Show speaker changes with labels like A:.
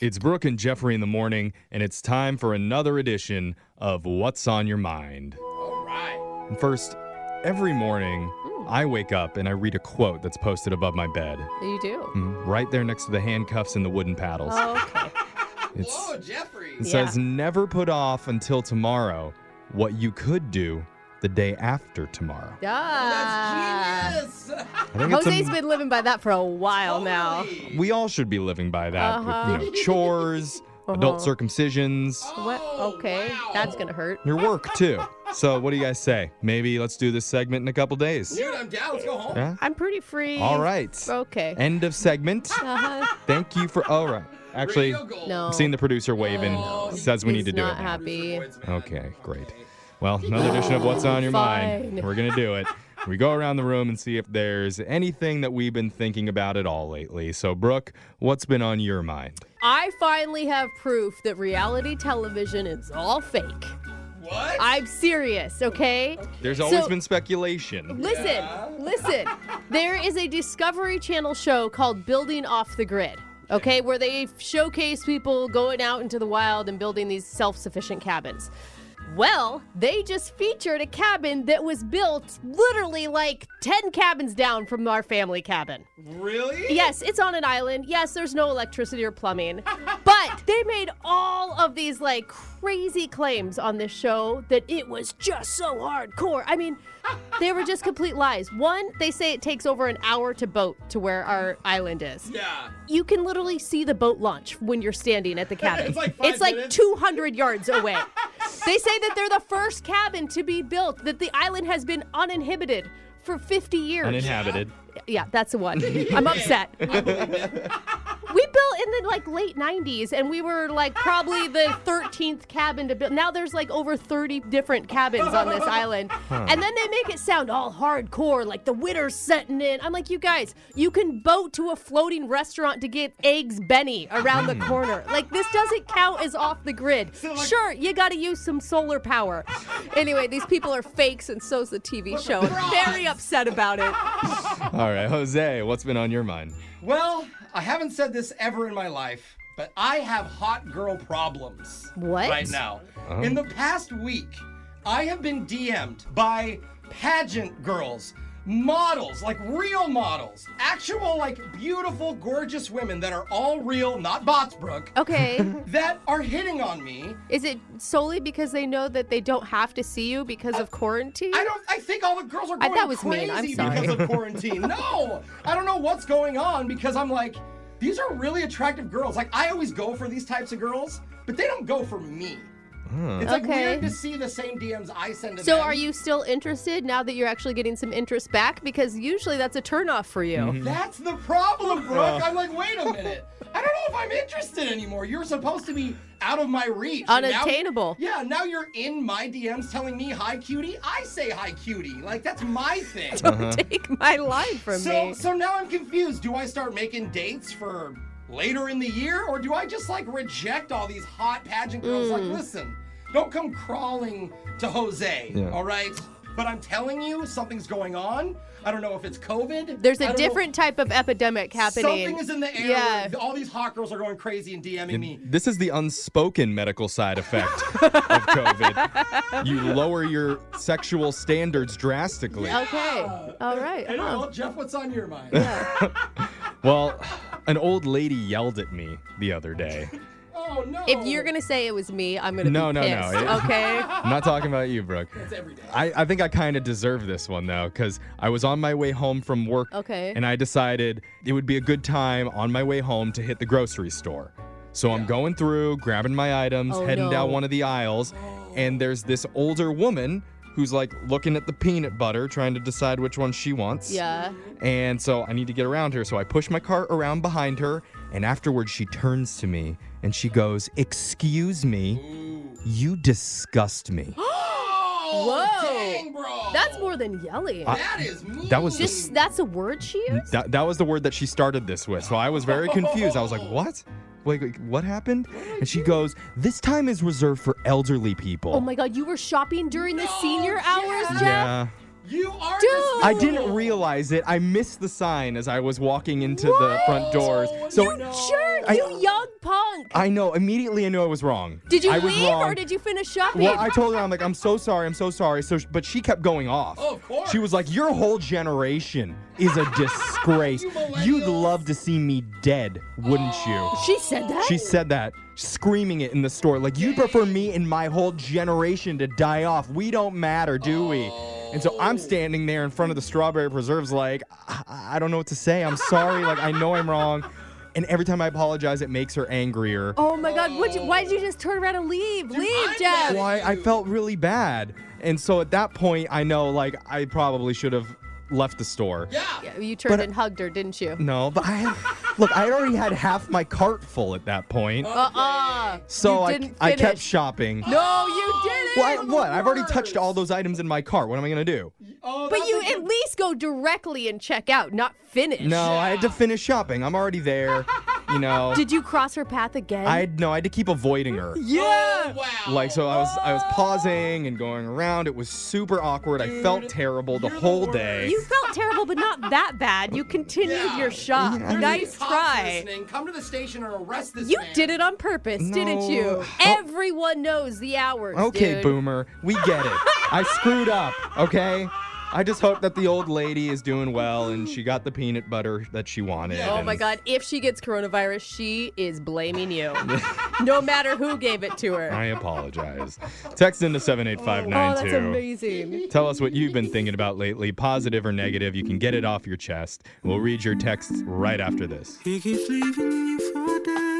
A: It's Brooke and Jeffrey in the morning, and it's time for another edition of What's on Your Mind.
B: All right.
A: And First, every morning, I wake up and I read a quote that's posted above my bed,
C: You do.
A: Mm, right there next to the handcuffs and the wooden paddles.
C: Okay.
A: It's-
B: Whoa, Jeffrey.
A: it
C: Oh, Yeah.
A: says, Never put off until tomorrow what you could do the day after tomorrow.
C: Yeah.
B: Oh, That's genius.
A: I think it's a-
C: Jose's been living by that for a while now.
B: Holy.
A: we all should be living by that with you know,
C: Uh-huh.
A: chores, adult
C: Uh-huh.
A: circumcisions.
C: What?
B: Oh,
C: Okay,
B: wow.
C: that's gonna hurt.
A: your work too. So what do you guys say? Maybe let's do this segment in a couple days.
B: Dude, I'm down. Let's go home.
A: Yeah.
C: I'm pretty free.
A: All right.
C: Okay.
A: End of segment.
C: Uh-huh.
A: Thank you for. All right. Actually,
B: Radio gold.
C: No.
A: I'm seeing the producer waving.
C: No.
A: Says we
C: Oh, He's
A: need to do
C: not
A: it. now.
C: happy.
B: Producer Boyd's mad.
A: Okay, great. Well, another edition of What's on Your Mind.
C: Fine.
A: We're gonna do it. We go around the room and see if there's anything that we've been thinking about at all lately. So, Brooke, what's been on your mind?
C: I finally have proof that reality television is all fake.
B: What?
C: I'm serious, okay?
A: There's
C: So-
A: always been speculation.
C: Listen,
B: Yeah.
C: listen. There is a Discovery Channel show called Building Off the Grid, okay, where they showcase people going out into the wild and building these self sufficient cabins. Well, they just featured a cabin that was built literally like 10 cabins down from our family cabin.
B: really?
C: Yes, it's on an island. Yes, there's no electricity or plumbing. But they made all of these like crazy claims on this show that it was just so hardcore. I mean, they were just complete lies. One, they say it takes over an hour to boat to where our island is.
B: Yeah.
C: You can literally see the boat launch when you're standing at the cabin.
B: It's like five
C: it's like
B: minutes.
C: 200 yards away. they say that they're the first cabin to be built, that the island has been uninhibited for 50 years.
A: Uninhabited.
C: Yeah, that's the one. I'm upset. we built in the like late 90s and we were like probably the 13th cabin to build. Now there's like over 30 different cabins on this island. And then they make it sound all hardcore like the winter's setting in. I'm like, "You guys, you can boat to a floating restaurant to get eggs Benny around the corner. Like this doesn't count as off the grid.
B: like-
C: sure, you got to use some solar power." anyway, these people are fakes and so's the TV show. I'm very upset about it.
A: All right, Jose, what's been on your mind?
B: Well, I haven't said this ever in my life, but I have hot girl problems.
C: What?
B: Right now. In the past week, I have been DM'd by pageant girls, models, like real models, actual, like beautiful, gorgeous women that are all real, not bots, Brooke,
C: Oh. Okay.
B: that are hitting on me.
C: Is it solely because they know that they don't have to see you because of quarantine?
B: I don't. I think all the girls are
C: I-
B: going
C: that was
B: crazy
C: mean. I'm sorry.
B: because of quarantine. no, I don't know what's going on because I'm like, these are really attractive girls. Like I always go for these types of girls, but they don't go for me. It's like
C: Okay.
B: weird to see the same DMs I send to
C: So
B: them.
C: are you still interested now that you're actually getting some interest back? Because usually that's a turnoff for you.
B: That's the problem, Brooke. I'm like, wait a minute. I don't know if I'm interested anymore. You're supposed to be out of my reach. And now-
C: Unattainable.
B: yeah, now you're in my DMs telling me hi cutie. I say hi cutie. Like that's my thing.
C: Take my line from
B: Mm-hmm. So,
C: me.
B: so now I'm confused. Do I start making dates for later in the year, or do I just like reject all these hot pageant girls?
C: Mm.
B: Like, listen, don't come crawling to Jose,
A: Yeah.
B: all right? But I'm telling you, something's going on. I don't know if it's COVID.
C: There's
B: I
C: a
B: don't know-
C: different type of epidemic happening.
B: Something is in the air. oh,
C: Yeah.
B: where all these hot girls are going crazy and DMing me.
A: This is the unspoken medical side effect of COVID. You lower your sexual standards drastically.
C: Okay. All right.
B: I know.
C: huh.
B: Well, Jeff, what's on your mind?
A: Well, an old lady yelled at me the other day.
B: Oh no.
C: If you're gonna say it was me, I'm gonna
A: No,
C: be
A: no, no.
C: pissed.
A: It-
C: Okay.
A: I'm not talking about you, Brooke.
B: It's every day.
A: I, I think I kind of deserve this one though, because I was on my way home from work.
C: Okay.
A: And I decided it would be a good time on my way home to hit the grocery store. So I'm going through, grabbing my items,
C: Oh,
A: heading down
C: no.
A: one of the aisles, and there's this older woman who's like looking at the peanut butter, trying to decide which one she wants.
C: Yeah.
A: And so I need to get around her. So I push my cart around behind her, and afterwards she turns to me and she goes, Excuse me, you disgust me.
B: Oh,
C: Whoa.
B: dang, bro.
C: That's more than yelling.
B: That is mean.
A: That was the
C: Just that's a word she used.
A: That, that was the word that she started this with. So I was very confused. I was like, what? Like, like, what happened? And she goes, this time is reserved for elderly people.
C: oh my God! You were shopping during the
B: No,
C: senior
B: yeah.
C: hours, Jeff.
A: Yeah.
B: You are
C: Dude.
B: disgusting.
A: I didn't realize it. I
C: Oh,
A: missed the sign as I was walking into the front doors. So
C: you jerk!
A: I-
C: you young punk! drunk.
A: I know. Immediately, I knew I was wrong.
C: did you
A: I was
C: leave
A: wrong.
C: or did you finish shopping?
A: Well, I told her I'm like I'm so sorry, I'm so sorry. So, sh- but she kept going off.
B: Oh, of course.
A: She was like, "Your whole generation is a disgrace.
B: You
A: You'd
B: millennials." Oh,
A: love to see me dead, wouldn't you?"
C: she said that.
A: She said that, screaming it in the store. Like, you prefer me and my whole generation to die off. We don't matter, do we? And so
B: Oh.
A: I'm standing there in front of the strawberry preserves, like, I, I don't know what to say. I'm sorry. like, I know I'm wrong. And every time I apologize, it makes her angrier.
C: Oh my God! What'd you, why did you just turn around and leave? leave,
B: I'm
C: Jeff.
B: mad at
A: Why? I
B: you.
A: felt really bad. And so at that point, I know, like, I probably should have left the store.
B: Yeah.
C: Yeah, you turned
A: But-
C: and hugged her, didn't you?
A: No, but I, look, I already had half my cart full at that point.
C: Uh uh
A: so
C: you
A: I,
C: didn't
A: I kept
C: finish.
A: shopping.
C: No, you didn't.
A: Why, what? I've already touched
B: worst.
A: all those items in my cart. What am I gonna do?
B: Oh,
C: But
B: that's
C: you
B: a
C: at least go directly and check out, not finish.
A: No, I had to finish shopping. I'm already there. You know,
C: Did you cross her path again?
A: I had no. I had to keep avoiding her.
C: Yeah.
B: good- wow.
A: Like so, I was I was pausing and going around. It was super awkward. I felt terrible the
B: you're the
A: whole
B: worst.
A: day.
C: You felt terrible, but not that bad. You continued
B: Yeah.
C: your shot.
B: There's
C: Nice
B: these cops
C: try.
B: listening. Come to the station and arrest this
C: You
B: man.
C: did it on purpose, didn't you?
A: No. Oh.
C: Everyone knows the hours.
A: okay,
C: dude.
A: boomer, we get it. I screwed up. Okay. I just hope that the old lady is doing well and she got the peanut butter that she wanted.
B: Yeah.
C: Oh
A: and-
C: my God! If she gets coronavirus, she is blaming you, no matter who gave it to her.
A: I apologize. Text into seven eight five
C: Oh,
A: nine two.
C: that's amazing.
A: Tell us what you've been thinking about lately, positive or negative. You can get it off your chest. We'll read your texts right after this.
D: He keeps leaving you for dead.